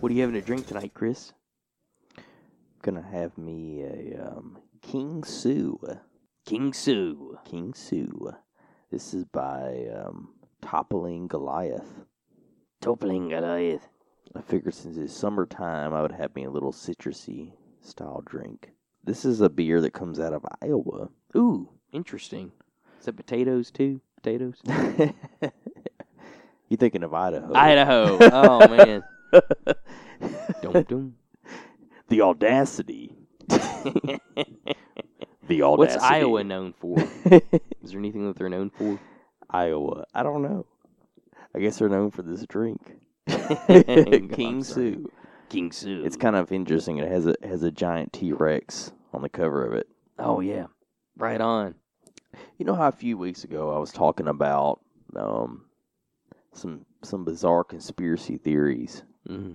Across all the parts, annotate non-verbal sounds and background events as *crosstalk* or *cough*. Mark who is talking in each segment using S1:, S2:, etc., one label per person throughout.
S1: What are you having to drink tonight, Chris? Gonna have me a um, King Sue.
S2: King Sue.
S1: King Sue. This is by um, Toppling Goliath.
S2: Toppling Goliath.
S1: I figured since it's summertime, I would have me a little citrusy style drink. This is a beer that comes out of Iowa.
S2: Ooh, interesting. Is that potatoes too? Potatoes?
S1: *laughs* you thinking of Idaho?
S2: Idaho. Oh
S1: *laughs*
S2: man. dum dum.
S1: The audacity. the audacity.
S2: What's Iowa known
S1: *laughs*
S2: for? Is there anything that they're known for?
S1: Iowa. I don't know. I guess they're known for this drink. *laughs*
S2: I'm
S1: King
S2: sorry.
S1: Sue.
S2: King Sue.
S1: It's kind of interesting. It has a has a giant T Rex on the cover of it.
S2: oh yeah. Right on.
S1: You know how a few weeks ago I was talking about um, some some bizarre conspiracy theories
S2: Mm.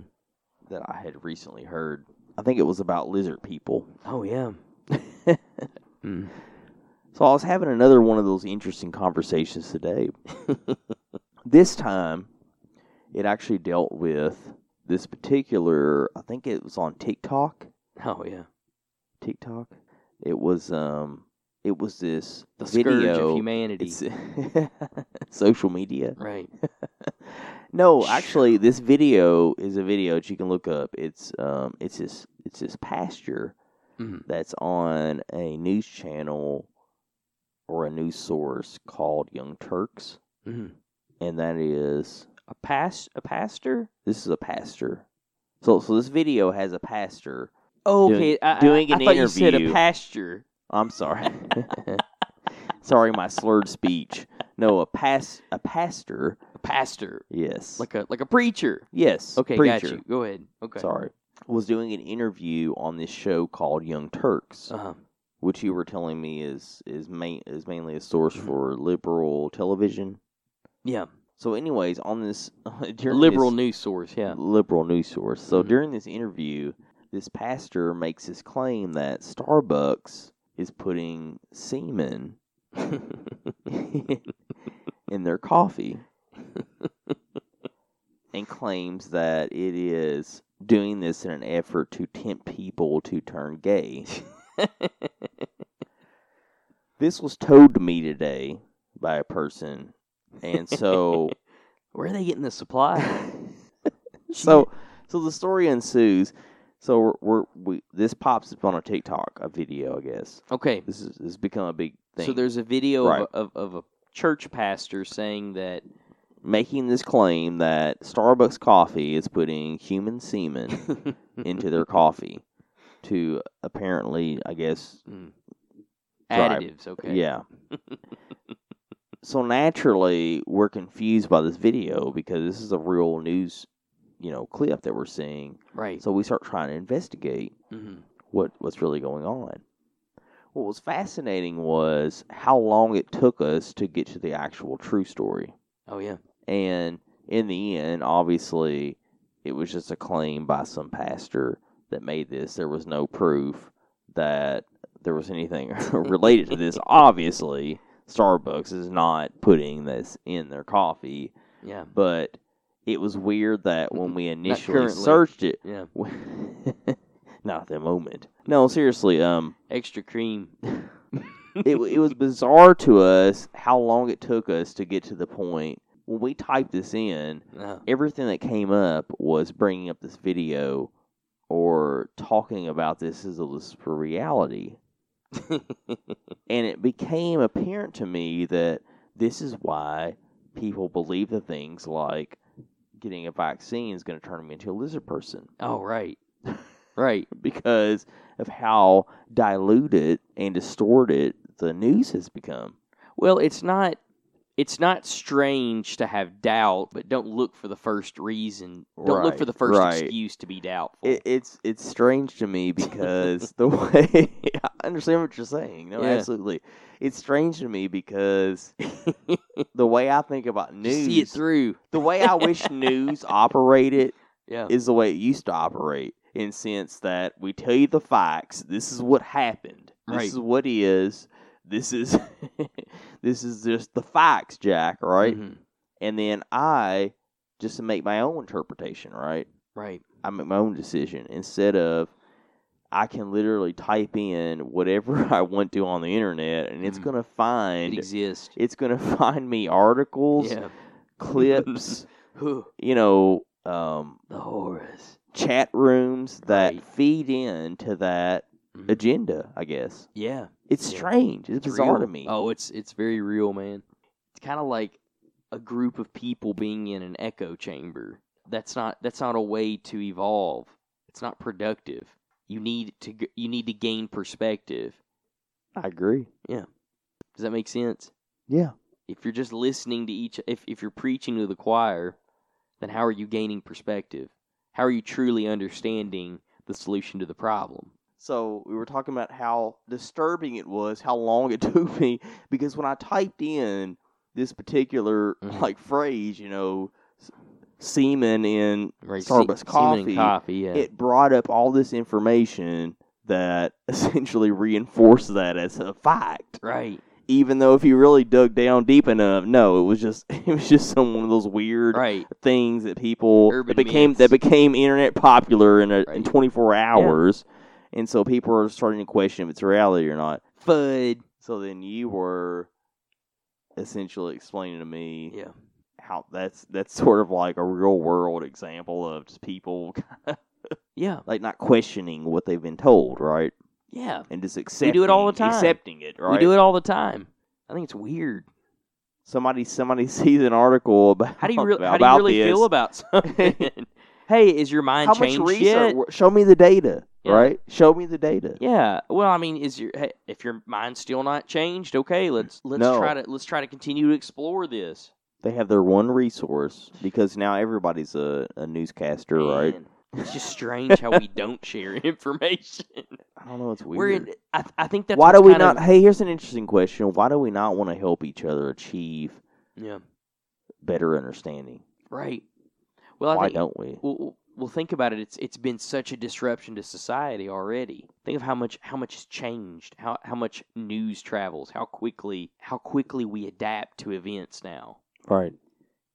S1: that I had recently heard. I think it was about lizard people. *laughs*
S2: Oh yeah.
S1: Mm-hmm.
S2: Mm.
S1: So I was having another one of those interesting conversations today. *laughs* this time, it actually dealt with this particular. I think it was on TikTok.
S2: Oh yeah.
S1: TikTok. It was um. It was this
S2: The
S1: video.
S2: scourge of humanity.
S1: It's *laughs* social media.
S2: right.
S1: No, actually, this video is a video that you can look up. It's um, it's this it's this pasture
S2: Mhm.
S1: that's on a news channel or a news source called Young Turks,
S2: Mhm.
S1: and that is
S2: A past a pastor?
S1: this is a pastor. So so this video has a pastor.
S2: Oh,
S1: Doing-
S2: okay. I,
S1: doing
S2: I,
S1: an
S2: I thought you said a
S1: interview.
S2: pasture.
S1: I'm sorry. *laughs* sorry, my slurred speech. No, a pass a pastor.
S2: A pastor.
S1: Yes.
S2: Like a like a preacher.
S1: yes.
S2: Okay,
S1: preacher.
S2: got you. Go ahead. Okay.
S1: Sorry. Was doing an interview on this show called Young Turks,
S2: Uh-huh.
S1: which you were telling me is is main is mainly a source for liberal television.
S2: Mm-hmm. Yeah.
S1: So, anyways, on this *laughs* during
S2: Liberal
S1: this
S2: news source, yeah.
S1: liberal news source. So
S2: Mhm.
S1: during this interview, this pastor makes his claim that Starbucks is putting semen in their coffee and claims that it is doing this in an effort to tempt people to turn gay. this was told to me today by a person, and so
S2: Where are they getting
S1: *laughs*
S2: the supply?
S1: so so the story ensues. So we're, we're we this pops up on a TikTok a video, I guess.
S2: okay.
S1: This is this has become a big thing.
S2: So there's a video
S1: Right.
S2: of, of, of a church pastor saying
S1: *laughs*
S2: that
S1: making this claim that Starbucks coffee is putting human
S2: *laughs*
S1: semen into their coffee to apparently, I guess, Drive.
S2: additives, okay. *laughs*
S1: yeah. so naturally, we're confused by this video because this is a real news, you know, clip that we're seeing.
S2: Right.
S1: So we start trying to investigate
S2: Mhm.
S1: what what's really going on. What was fascinating was how long it took us to get to the actual true story.
S2: Oh yeah.
S1: And in the end, obviously, it was just a claim by some pastor that made this. There was no proof that there was anything *laughs* related to this. Obviously, Starbucks is not putting this in their coffee,
S2: Yeah.
S1: but it was weird that when we initially
S2: currently.
S1: searched it,
S2: Yeah.
S1: *laughs* not at the moment. No, seriously, um,
S2: Extra cream.
S1: it, it was bizarre to us how long it took us to get to the point when we typed this in
S2: Uh,
S1: everything that came up was bringing up this video or talking about this as a list for reality. and it became apparent to me that this is why people believe the things like getting a vaccine is going to turn me into a lizard person
S2: oh right. Right.
S1: *laughs* because of how diluted and distorted the news has become.
S2: Well, it's not it's not strange to have doubt, but don't look for the first reason. Don't look
S1: Right,
S2: for the first
S1: right.
S2: excuse to be doubtful.
S1: It, it's it's strange to
S2: *laughs*
S1: me because the way *laughs* I understand what you're saying. No,
S2: Yeah.
S1: absolutely. It's strange to me because *laughs* the way I think about
S2: You
S1: news,
S2: see it through.
S1: the way I
S2: *laughs*
S1: wish news operated
S2: Yeah.
S1: is the way it used to operate in sense that we tell you the facts. This is what happened. This
S2: Right.
S1: is what is. This is *laughs* this is just the facts, Jack. Right,
S2: Mhm.
S1: and then I just make my own interpretation. Right
S2: Right.
S1: I make my own decision instead of I can literally type in whatever *laughs* I want to on the internet and it's
S2: Mhm.
S1: gonna find
S2: It exists.
S1: it's gonna *laughs* find me articles,
S2: Yeah. *laughs*
S1: clips,
S2: Whew,
S1: you know, um,
S2: the horrors.
S1: chat rooms that
S2: Right.
S1: feed into that
S2: Mhm.
S1: agenda. I guess
S2: Yeah.
S1: it's
S2: Yeah.
S1: strange. It's,
S2: It's
S1: bizarre
S2: real.
S1: to me.
S2: Oh, it's it's very real, man. It's kind of like a group of people being in an echo chamber. That's not that's not a way to evolve. It's not productive. You need to g- you need to gain perspective.
S1: I agree.
S2: Does that make sense?
S1: Yeah,
S2: If you're just listening to each if if you're preaching to the choir, then how are you gaining perspective? How are you truly understanding the solution to the problem?
S1: So we were talking about how disturbing it was, how long it *laughs* took me, because when I typed in this particular
S2: Mhm.
S1: like phrase, you know, s- semen in,
S2: Right,
S1: Starbucks
S2: semen
S1: coffee,
S2: and coffee, yeah.
S1: it brought up all this information that *laughs* essentially reinforced that as a fact.
S2: right,
S1: Even though if you really dug down deep enough, no, it was just *laughs* it was just some one of those weird
S2: right.
S1: things that people that
S2: Urban
S1: became
S2: myths.
S1: that became internet popular in, a, in
S2: Right.
S1: 24 hours, and so people are starting to question if it's reality or not.
S2: Fud.
S1: So then you were essentially explaining to me
S2: Yeah.
S1: how that's that's sort of like a real world example of just people
S2: Yeah.
S1: like not questioning what they've been told, right,
S2: Yeah.
S1: and just accepting
S2: it all the time.
S1: accepting it, right?
S2: We do it all the time. I think it's weird.
S1: Somebody somebody *laughs* sees an article about
S2: How do you, re-
S1: about,
S2: how do you really
S1: this. *laughs*
S2: feel about something? *laughs* hey, is your mind
S1: how much
S2: changed
S1: research?
S2: yet?
S1: Show me the data,
S2: Yeah.
S1: right? Show me the data.
S2: Yeah. Well, I mean, is your hey, if your mind's still not changed, okay, let's let's
S1: No.
S2: try to let's try to continue to explore this.
S1: They have their one resource because now everybody's a, a newscaster, right?
S2: Man, It's just strange how we
S1: *laughs*
S2: don't share information.
S1: I don't know. It's weird.
S2: We're in, I, I think that's
S1: Why
S2: what's
S1: do we
S2: kind
S1: not?
S2: of-
S1: Hey, here's an interesting question. Why do we not want to help each other achieve
S2: yeah.
S1: better understanding?
S2: Right. Well, I
S1: Why
S2: think,
S1: don't we?
S2: Well, well- well, think about it. It's it's been such a disruption to society already. Think of how much how much has changed. How how much news travels. How quickly how quickly we adapt to events now,
S1: Right.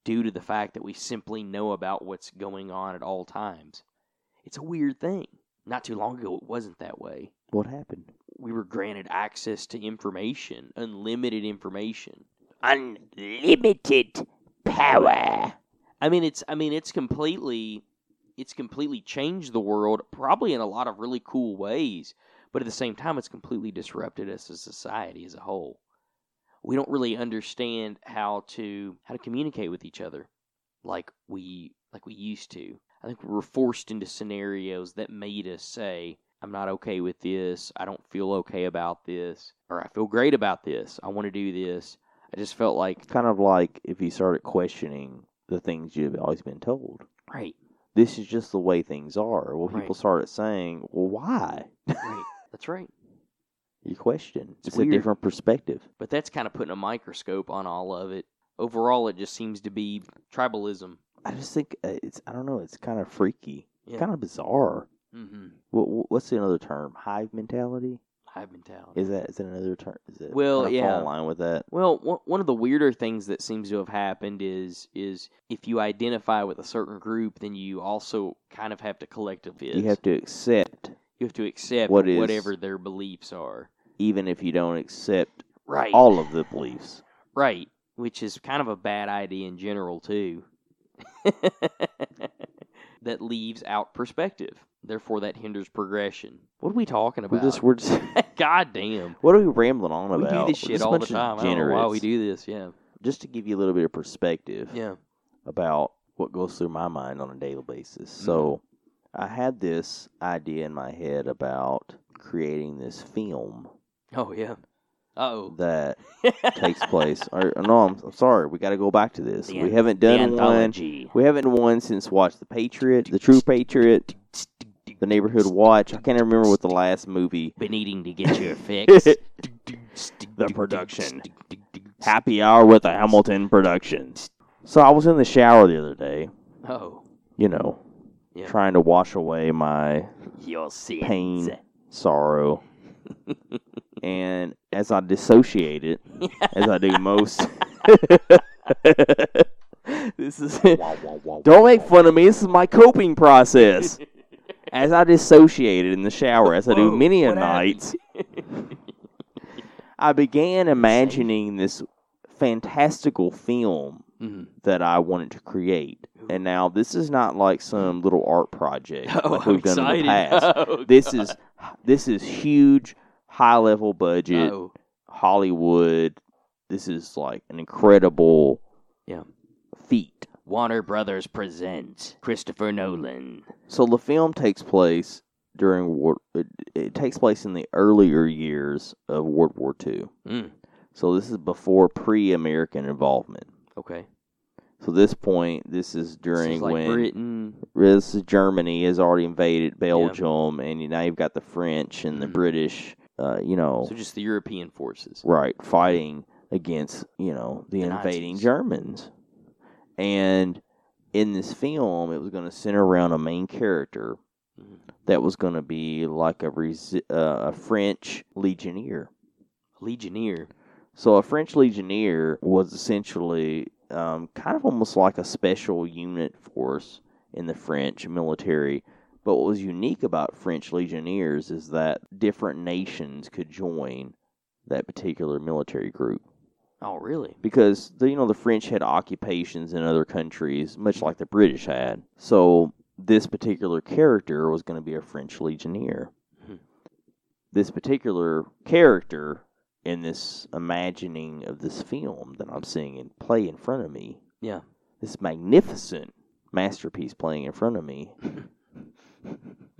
S2: due to the fact that we simply know about what's going on at all times. It's a weird thing. Not too long ago, it wasn't that way.
S1: What happened?
S2: We were granted access to information, unlimited information, unlimited power. I mean, it's I mean, it's completely it's completely changed the world, probably in a lot of really cool ways. But at the same time, it's completely disrupted us as society as a whole. We don't really understand how to how to communicate with each other like we like we used to. I think we were forced into scenarios that made us say, "I'm not okay with this. I don't feel okay about this," or "I feel great about this. I want to do this." I just felt like,
S1: It's kind of like if you started questioning the things you've always been told.
S2: right,
S1: This is just the way things are. Well, people
S2: Right.
S1: started saying, "Well, why?"
S2: right, that's right.
S1: You question. It's,
S2: It's
S1: a
S2: weird.
S1: different perspective.
S2: but that's kind of putting a microscope on all of it. Overall, it just seems to be tribalism.
S1: I just think uh, it's. I don't know. It's kind of freaky.
S2: Yeah.
S1: Kind of bizarre.
S2: Mm-hmm.
S1: What, what- what's another term? Hive mentality?
S2: Hive mentality.
S1: Is that is that another term? Is it
S2: Well,
S1: kind of
S2: yeah.
S1: fall in line with that?
S2: well, one- one of the weirder things that seems to have happened is is if you identify with a certain group, then you also kind of have to collectively
S1: You have to accept,
S2: you have to accept
S1: what is-
S2: whatever their beliefs are.
S1: even if you don't accept
S2: Right.
S1: all of the beliefs.
S2: Right, which is kind of a bad idea in general too. *laughs* that leaves out perspective. Therefore, that hinders progression. What are we talking
S1: We're
S2: about?
S1: just we're just. *laughs*
S2: God damn.
S1: what are we rambling on
S2: We
S1: about?
S2: do this
S1: We're
S2: shit
S1: just a
S2: all the
S1: bunch of
S2: time. I don't know why we
S1: degenerates.
S2: do this. Yeah.
S1: Just to give you a little bit of perspective
S2: Yeah.
S1: about what goes through my mind on a daily basis. So,
S2: Mm-hmm.
S1: I had this idea in my head about creating this film
S2: Oh, yeah. oh.
S1: that
S2: *laughs*
S1: takes place. Or, no, I'm, I'm sorry. We got to go back to this.
S2: The
S1: we
S2: an-
S1: haven't done one. We haven't won since Watch the Patriot, The True Patriot, The Neighborhood Watch. I can't remember what the last
S2: *laughs*
S1: movie.
S2: Been needing to
S1: *laughs*
S2: get your fix. the
S1: production. Happy Hour with the Hamilton Productions. So I was in the shower the other day,
S2: Oh.
S1: you know,
S2: Yeah.
S1: trying to wash away my
S2: Your sins.
S1: Pain. sorrow. *laughs* and as I dissociate it, as I do most, this is *laughs* don't make fun of me. This is my coping process. As I dissociated in the shower, as I do
S2: Whoa,
S1: many a
S2: what happened?
S1: night, I
S2: *laughs*
S1: began imagining this fantastical film *laughs*
S2: Mhm.
S1: that I wanted to create. And now this is not like some little art project
S2: Mm. *laughs* Oh,
S1: like
S2: I'm
S1: we've done in
S2: excited.
S1: the past.
S2: *laughs* Oh,
S1: This is this is huge, high level budget
S2: oh.
S1: Hollywood. This is like an incredible
S2: Yeah.
S1: feat.
S2: Warner Brothers presents Christopher Nolan.
S1: So the film takes place during war. It, it takes place in the earlier years of World War II.
S2: Mm,
S1: So this is before pre-American involvement.
S2: okay.
S1: So this point, this is during
S2: this is like
S1: when
S2: Britain.
S1: this is Germany has already invaded Belgium, and you, now you've got the French and the
S2: Mhm.
S1: British. Uh, you know,
S2: So just the European forces.
S1: right fighting against you know the,
S2: The
S1: invading
S2: Nazis.
S1: germans and in this film it was going to center around a main character
S2: Mhm.
S1: that was going to be like a, resi- uh, a french legionnaire
S2: Legionnaire.
S1: so a french legionnaire was essentially um, kind of almost like a special unit force in the french military but what was unique about french legionnaires is that different nations could join that particular military group
S2: Oh, really?
S1: because the, you know the French had occupations in other countries, much like the British had. So this particular character was going to be a French legionnaire.
S2: Mhm.
S1: This particular character in this imagining of this film that I'm seeing in play in front of me,
S2: Yeah.
S1: this magnificent masterpiece playing in front of me.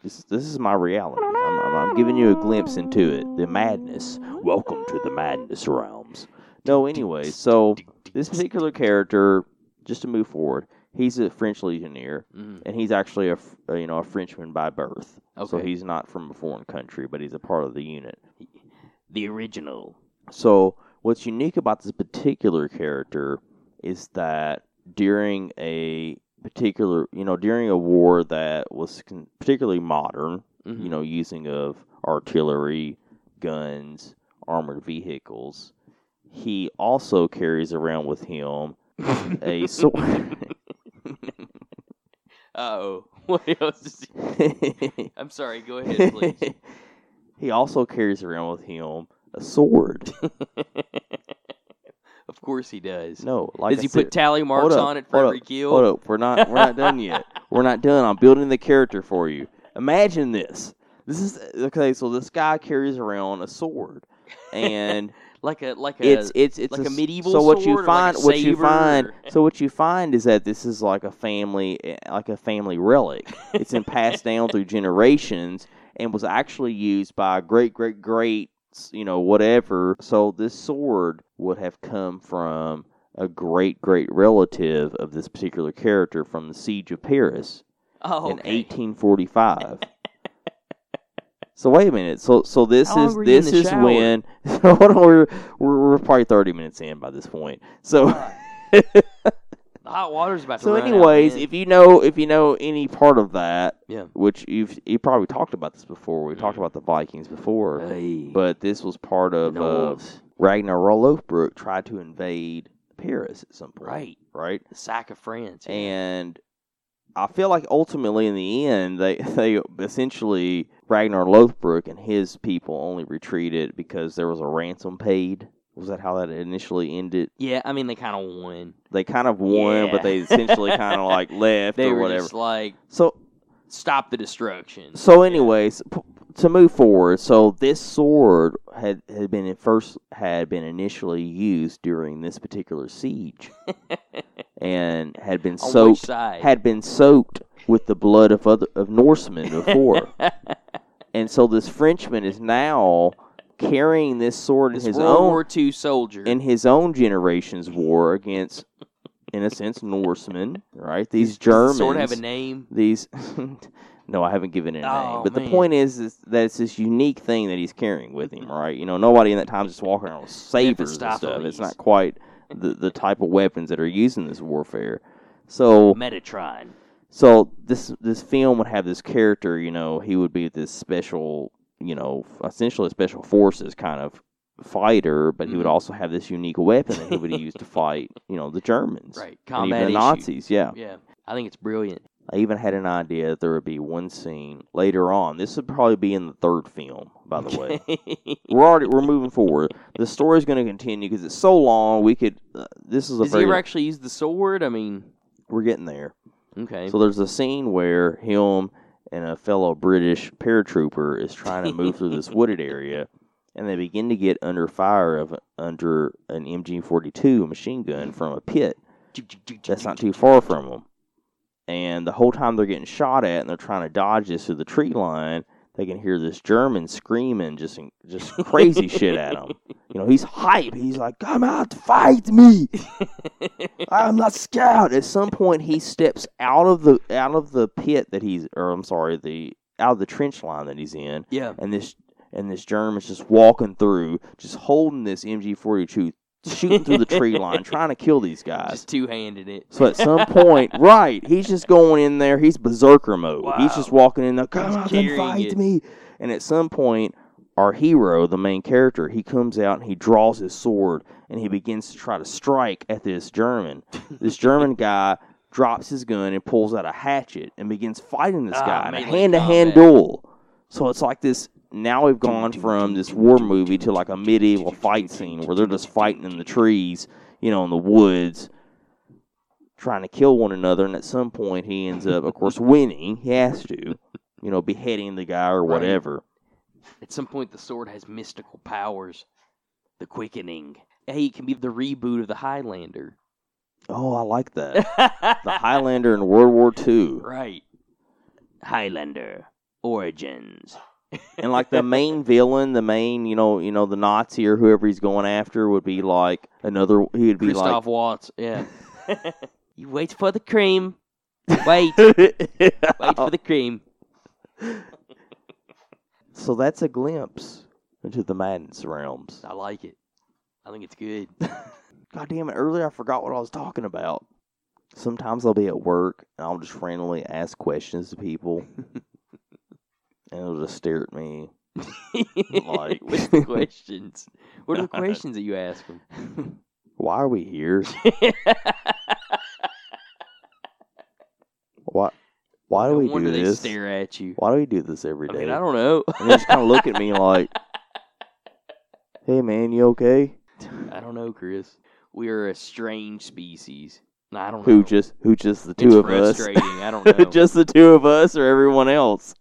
S1: This, this is my reality. I'm, I'm, I'm giving you a glimpse into it. The madness. Welcome to the madness realms. No, anyway, so this particular character, just to move forward, he's a French legionnaire,
S2: Mm,
S1: and he's actually a f- uh, you know a Frenchman by birth. So
S2: Okay.
S1: he's not from a foreign country, but he's a part of the unit.
S2: the original.
S1: So what's unique about this particular character is that during a particular you know during a war that was con- particularly modern
S2: Mhm. *laughs*
S1: you know, using of artillery, guns, armored vehicles. He also carries around with him
S2: *laughs*
S1: a sword.
S2: oh. *laughs* What else? Is...
S1: *laughs*
S2: I'm sorry. Go ahead, please.
S1: he also carries around with him a
S2: *laughs*
S1: sword.
S2: of course he does.
S1: No, like
S2: does
S1: I
S2: he
S1: said,
S2: put tally marks
S1: up,
S2: on it for
S1: hold
S2: every kill?
S1: Hold up, we're not we're not done
S2: *laughs*
S1: yet. We're not done. I'm building the character for you. Imagine this. This is okay. So this guy carries around a sword, and
S2: Like a like a
S1: it's it's it's
S2: like a
S1: s-
S2: medieval
S1: So what
S2: sword
S1: you
S2: or like
S1: find,
S2: a
S1: what you
S2: saber
S1: find,
S2: or-
S1: so what you find is that this is like a family, eh, like a family
S2: *laughs*
S1: relic. It's been passed down through generations and was actually used by great great great, you know, whatever. So this sword would have come from a great great relative of this particular character from the siege of Paris
S2: oh,
S1: in
S2: okay.
S1: 1845. so wait a minute. So so this
S2: How long
S1: is
S2: were you in
S1: this
S2: the
S1: is
S2: shower?
S1: when *laughs* hold on, we're, we're we're probably 30 minutes in by this point. So
S2: The hot water's about to
S1: so
S2: run out,
S1: anyways,
S2: man.
S1: if you know if you know any part of that,
S2: Yeah.
S1: which you've you probably talked about this before. We talked
S2: Mhm.
S1: about the Vikings before,
S2: Hey.
S1: but this was part of uh,
S2: Knowles.
S1: Ragnar Lothbrok tried to invade Paris at some point,
S2: right.
S1: Right?
S2: The sack of France. yeah.
S1: and I feel like ultimately in the end they *laughs* they essentially Ragnar Lothbrok and his people only retreated because there was a ransom paid. Was that how that initially ended?
S2: yeah, I mean they kind of won.
S1: They kind of won,
S2: Yeah.
S1: but they essentially kind
S2: *laughs*
S1: of like left
S2: They
S1: or
S2: were
S1: whatever.
S2: just like
S1: So
S2: stop the destruction.
S1: so anyways, p- to move forward, so this sword had had been at first had been initially used during this particular
S2: *laughs*
S1: siege, and had been
S2: On
S1: soaked
S2: which side?
S1: had been soaked with the blood of other of Norsemen before,
S2: *laughs*
S1: and so this Frenchman is now carrying this sword in
S2: this
S1: his
S2: World
S1: own
S2: War II soldier.
S1: in his own generation's war against, in a sense, Norsemen. Right? These Germans.
S2: Sort of have a name.
S1: these. *laughs* No, I haven't given it a name.
S2: Oh,
S1: But the
S2: man.
S1: point is, is that it's this unique thing that he's carrying with him, right? You know, nobody in that time's just walking around with sabers and stuff. It's
S2: Mephistopheles.
S1: not quite the, the type of weapons that are used in this warfare. So
S2: Metatron.
S1: so this this film would have this character, you know, he would be this special, you know, essentially special forces kind of fighter, but he would
S2: Mhm.
S1: also have this unique weapon that he would use
S2: *laughs*
S1: to fight, you know, the Germans.
S2: Right.
S1: And
S2: Combat
S1: even the
S2: issue.
S1: Nazis, yeah.
S2: Yeah. I think it's brilliant.
S1: I even had an idea that there would be one scene later on. This would probably be in the third film, by the way.
S2: *laughs*
S1: we're already we're moving forward. The story's going to continue because it's so long. We could. Uh, this is a
S2: Does he
S1: very.
S2: ever actually use the sword? I mean,
S1: we're getting there.
S2: okay.
S1: So there's a scene where him and a fellow British paratrooper is trying to move through this wooded area, and they begin to get under fire of under an MG42 machine gun from a pit that's not too far from them. And the whole time they're getting shot at, and they're trying to dodge this through the tree line, they can hear this German screaming just just crazy shit at them. You know, he's hype. He's like, "Come out, fight me! I'm not scared." At some point, he steps out of the out of the pit that he's, or I'm sorry, the out of the trench line that he's in,
S2: yeah.
S1: and this and this German's just walking through, just holding this MG42, shooting through the tree line, trying to kill these guys.
S2: Just two handed it.
S1: So at some point,
S2: *laughs*
S1: right, he's just going in there. He's berserker mode. He's just walking in there. Come
S2: He's
S1: out and
S2: carrying
S1: fight
S2: it.
S1: me. And at some point, our hero, the main character, he comes out and he draws his sword and he begins to try to strike at this German. This
S2: *laughs*
S1: German guy drops his gun and pulls out a hatchet and begins fighting this
S2: Ah,
S1: guy in a
S2: melee
S1: hand to hand
S2: combat.
S1: duel. So it's like this. Now we've gone from this war movie to like a medieval fight scene where they're just fighting in the trees, you know, in the woods, trying to kill one another. And at some point, he ends up, of course, winning. He has to, you know, beheading the guy or
S2: Right.
S1: whatever.
S2: At some point, the sword has mystical powers. The quickening. Hey, it can be the reboot of the Highlander.
S1: Oh, I like
S2: *laughs*
S1: that. The Highlander in World War II.
S2: right. Highlander Origins.
S1: and like the main villain, the main you know you know the Nazi or whoever he's going after would be like another. He would be
S2: Christoph Waltz.
S1: *laughs*
S2: Yeah. *laughs* you wait for the cream.
S1: *laughs*
S2: Wait.
S1: like.
S2: Wait for the cream.
S1: so that's a glimpse into the madness realms.
S2: I like it. I think it's good.
S1: God damn it! Earlier I forgot what I was talking about. Sometimes I'll be at work and I'll just randomly ask questions to
S2: *laughs*
S1: people, and they'll just stare at me. *laughs* Like-
S2: what's the questions?
S1: *laughs*
S2: What are the questions that you ask them?
S1: Why are we
S2: *laughs*
S1: here? Why? Why do
S2: no
S1: we
S2: wonder
S1: do
S2: they
S1: this?
S2: stare at you.
S1: Why do we do this every
S2: I
S1: day?
S2: mean, I
S1: *laughs*
S2: don't know.
S1: and they just kind of look at
S2: *laughs*
S1: me like, "Hey, man, you okay?"
S2: I don't know, Chris. We are a strange species. No, I don't know.
S1: Who just who just the two
S2: it's
S1: of us? *laughs*
S2: frustrating. I don't know.
S1: just the two of us or everyone else?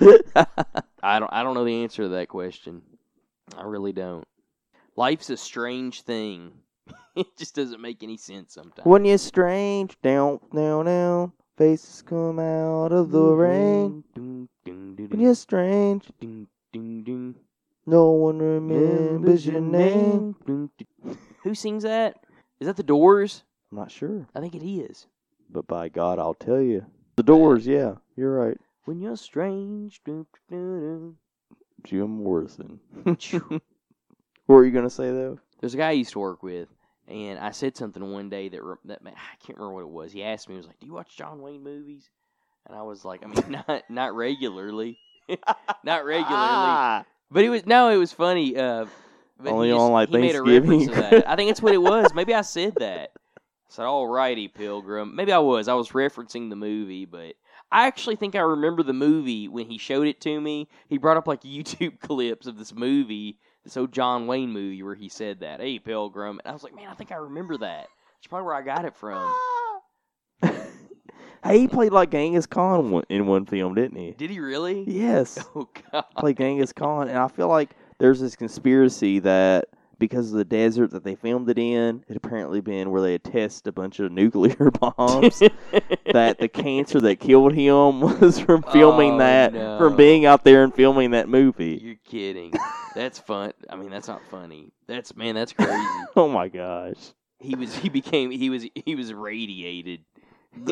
S2: I don't. I don't know the answer to that question. I really don't. Life's a strange thing. *laughs* it just doesn't make any sense sometimes.
S1: When you're strange, down, down, down, faces come out of the rain.
S2: Dun, dun, dun,
S1: When
S2: dun,
S1: you're strange,
S2: dun, dun, dun.
S1: no one remembers your name.
S2: Who sings that? Is that the Doors?
S1: I'm not sure,
S2: I think it is.
S1: but by God, I'll tell you. The Doors, yeah, you're right.
S2: When you're strange. dun, dun,
S1: Jim Morrison.
S2: dun, dun.
S1: *laughs* What were you gonna say though?
S2: There's a guy I used to work with, and I said something one day that re- that man, I can't remember what it was. He asked me, he was like, "Do you watch John Wayne movies?" And I was like, "I mean, *laughs* not not regularly, *laughs* not regularly."
S1: Ah. *laughs*
S2: But it was no, it was funny. Uh, but he
S1: Only on,
S2: just-
S1: like,
S2: he made a
S1: Thanksgiving.
S2: reference to that. I think that's what it was. Maybe I said that. I said, "Alrighty, Pilgrim." Maybe I was. I was referencing the movie, but I actually think I remember the movie when he showed it to me. He brought up like *laughs* YouTube clips of this movie, this old John Wayne movie where he said that, "Hey, Pilgrim," and I was like, "Man, I think I remember that." That's probably where I got it from.
S1: hey, he played like Genghis Khan one- in one film, didn't he?
S2: Did he really?
S1: Yes,
S2: *laughs* Oh God!
S1: played Genghis Khan, and I feel like there's this conspiracy that because of the desert that they filmed it in, it apparently been where they had tested a bunch of nuclear *laughs* bombs. that the cancer that killed him *laughs* was from filming
S2: Oh,
S1: that,
S2: no.
S1: from being out there and filming that movie.
S2: *laughs* You're kidding. That's fun. I mean, that's not funny. That's man, that's crazy.
S1: *laughs* Oh my gosh!
S2: *laughs* He was he became he was he was radiated.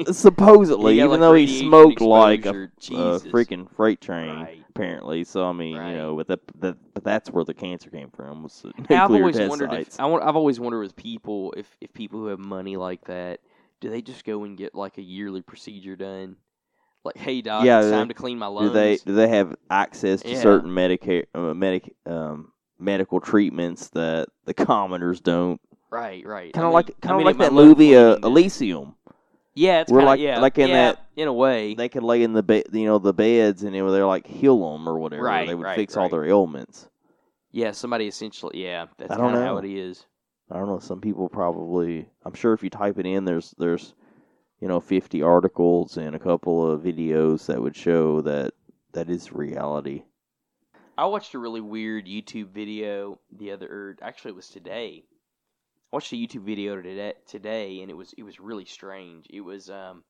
S2: *laughs*
S1: Supposedly,
S2: He got,
S1: even
S2: like,
S1: though he
S2: radiation
S1: smoked like a,
S2: exposure.
S1: a
S2: Jesus.
S1: freaking freight train. *laughs*
S2: Right.
S1: apparently. So I mean,
S2: Right.
S1: you know, but that, that but that's where the cancer came from was the
S2: Now, I've
S1: nuclear
S2: always
S1: test
S2: wondered
S1: sites.
S2: if I have always wondered with people if if people who have money like that do they just go and get like a yearly procedure done? Like, hey doc,
S1: Yeah,
S2: it's
S1: they-
S2: time to clean my lungs.
S1: do they do they have access to
S2: Yeah.
S1: certain Medicare uh, medic um medical treatments that the commoners don't.
S2: Right, right. I
S1: Kind of
S2: mean-
S1: like
S2: I
S1: kind of
S2: mean, it
S1: like
S2: might
S1: that
S2: look
S1: movie uh,
S2: clean.
S1: Elysium.
S2: Yeah, it's
S1: We're
S2: kinda,
S1: like-
S2: yeah,
S1: like in
S2: yeah,
S1: that-
S2: in a way.
S1: They could lay in the bed, you know, the beds, and they were they're like heal them or whatever.
S2: Right,
S1: they would
S2: right,
S1: fix all
S2: right.
S1: their ailments.
S2: yeah, somebody essentially. Yeah, that's
S1: I don't
S2: kind of how
S1: know.
S2: it is.
S1: I don't know. Some people probably. I'm sure if you type it in, there's there's, you know, 50 articles and a couple of videos that would show that that is reality.
S2: I watched a really weird YouTube video the other, or actually it was today. I watched a YouTube video today, today, and it was it was really strange. It was um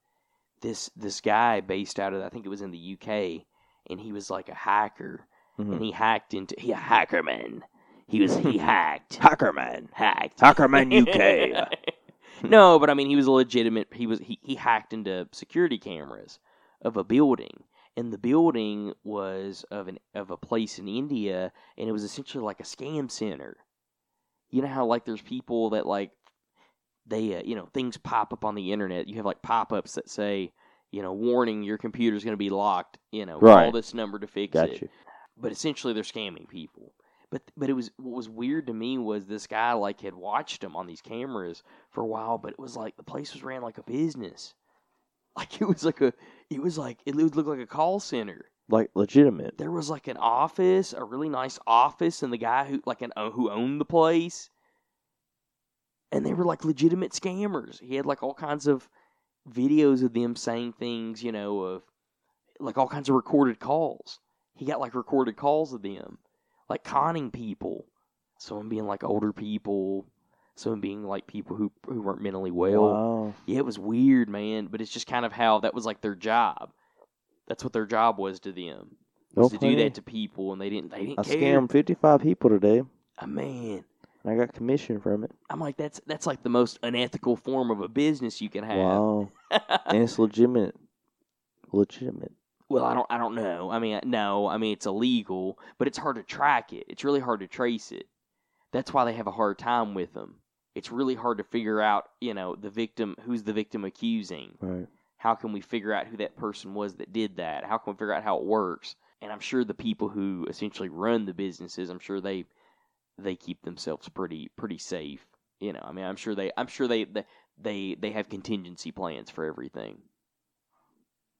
S2: this this guy based out of I think it was in the UK, and he was like a hacker,
S1: Mhm.
S2: and he hacked into he a hacker man. He was he hacked
S1: Hackerman,
S2: hacked
S1: Hackerman *laughs* UK.
S2: *laughs* no, but I mean, he was a legitimate. He was he, he hacked into security cameras of a building, and the building was of an of a place in India, and it was essentially like a scam center. You know how like there's people that like they uh, you know things pop up on the internet. You have like pop ups that say you know warning your computer's going to be locked. You know call
S1: Right.
S2: this number to fix
S1: Got
S2: it
S1: you.
S2: but essentially they're scamming people. But but it was what was weird to me was this guy like had watched him on these cameras for a while, but it was like the place was ran like a business, like it was like a it was like it would look like a call center.
S1: Like legitimate.
S2: There was like an office, a really nice office, and the guy who like an uh, who owned the place, and they were like legitimate scammers. He had like all kinds of videos of them saying things, you know, of like all kinds of recorded calls. He got like recorded calls of them, like conning people. Someone being like older people, someone being like people who who weren't mentally well.
S1: Wow.
S2: Yeah, it was weird, man. But it's just kind of how that was like their job. That's what their job was to them was to do
S1: Okay.
S2: that to people, and they didn't. They didn't
S1: I
S2: care.
S1: scammed 55 people today, and
S2: Oh, man,
S1: I got commission from it.
S2: I'm like that's that's like the most unethical form of a business you can have. *laughs*
S1: Wow. and it's legitimate. Legitimate.
S2: well, I don't I don't know. I mean, I- no, I mean it's illegal, but it's hard to track it. It's really hard to trace it. That's why they have a hard time with them. It's really hard to figure out, you know, the victim who's the victim accusing.
S1: Right.
S2: how can we figure out who that person was that did that how can we figure out how it works and i'm sure the people who essentially run the businesses i'm sure they they keep themselves pretty pretty safe you know i mean i'm sure they i'm sure they they they, they have contingency plans for everything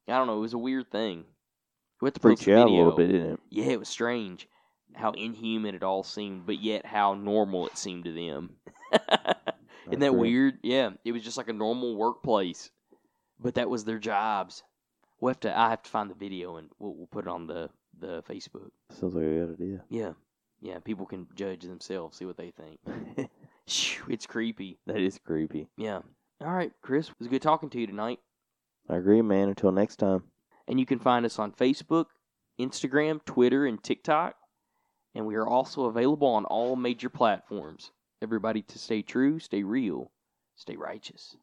S2: i don't know it was a weird thing we have to post
S1: Freaked
S2: the
S1: you out a
S2: video.
S1: little bit, didn't it?
S2: yeah it was strange how inhuman it all seemed but yet how normal it seemed to them *laughs* Isn't that
S1: That's right.
S2: weird? Yeah, it was just like a normal workplace, but that was their jobs. We have to. I have to find the video and we'll, we'll put it on the the Facebook.
S1: Sounds like a good idea.
S2: Yeah, yeah. People can judge themselves, see what they *laughs* think. Phew, it's creepy.
S1: That is creepy.
S2: Yeah. All right, Chris. It was good talking to you tonight.
S1: I agree, man. Until next time.
S2: And you can find us on Facebook, Instagram, Twitter, and TikTok. And we are also available on all major platforms. Everybody, to stay true, stay real, stay righteous.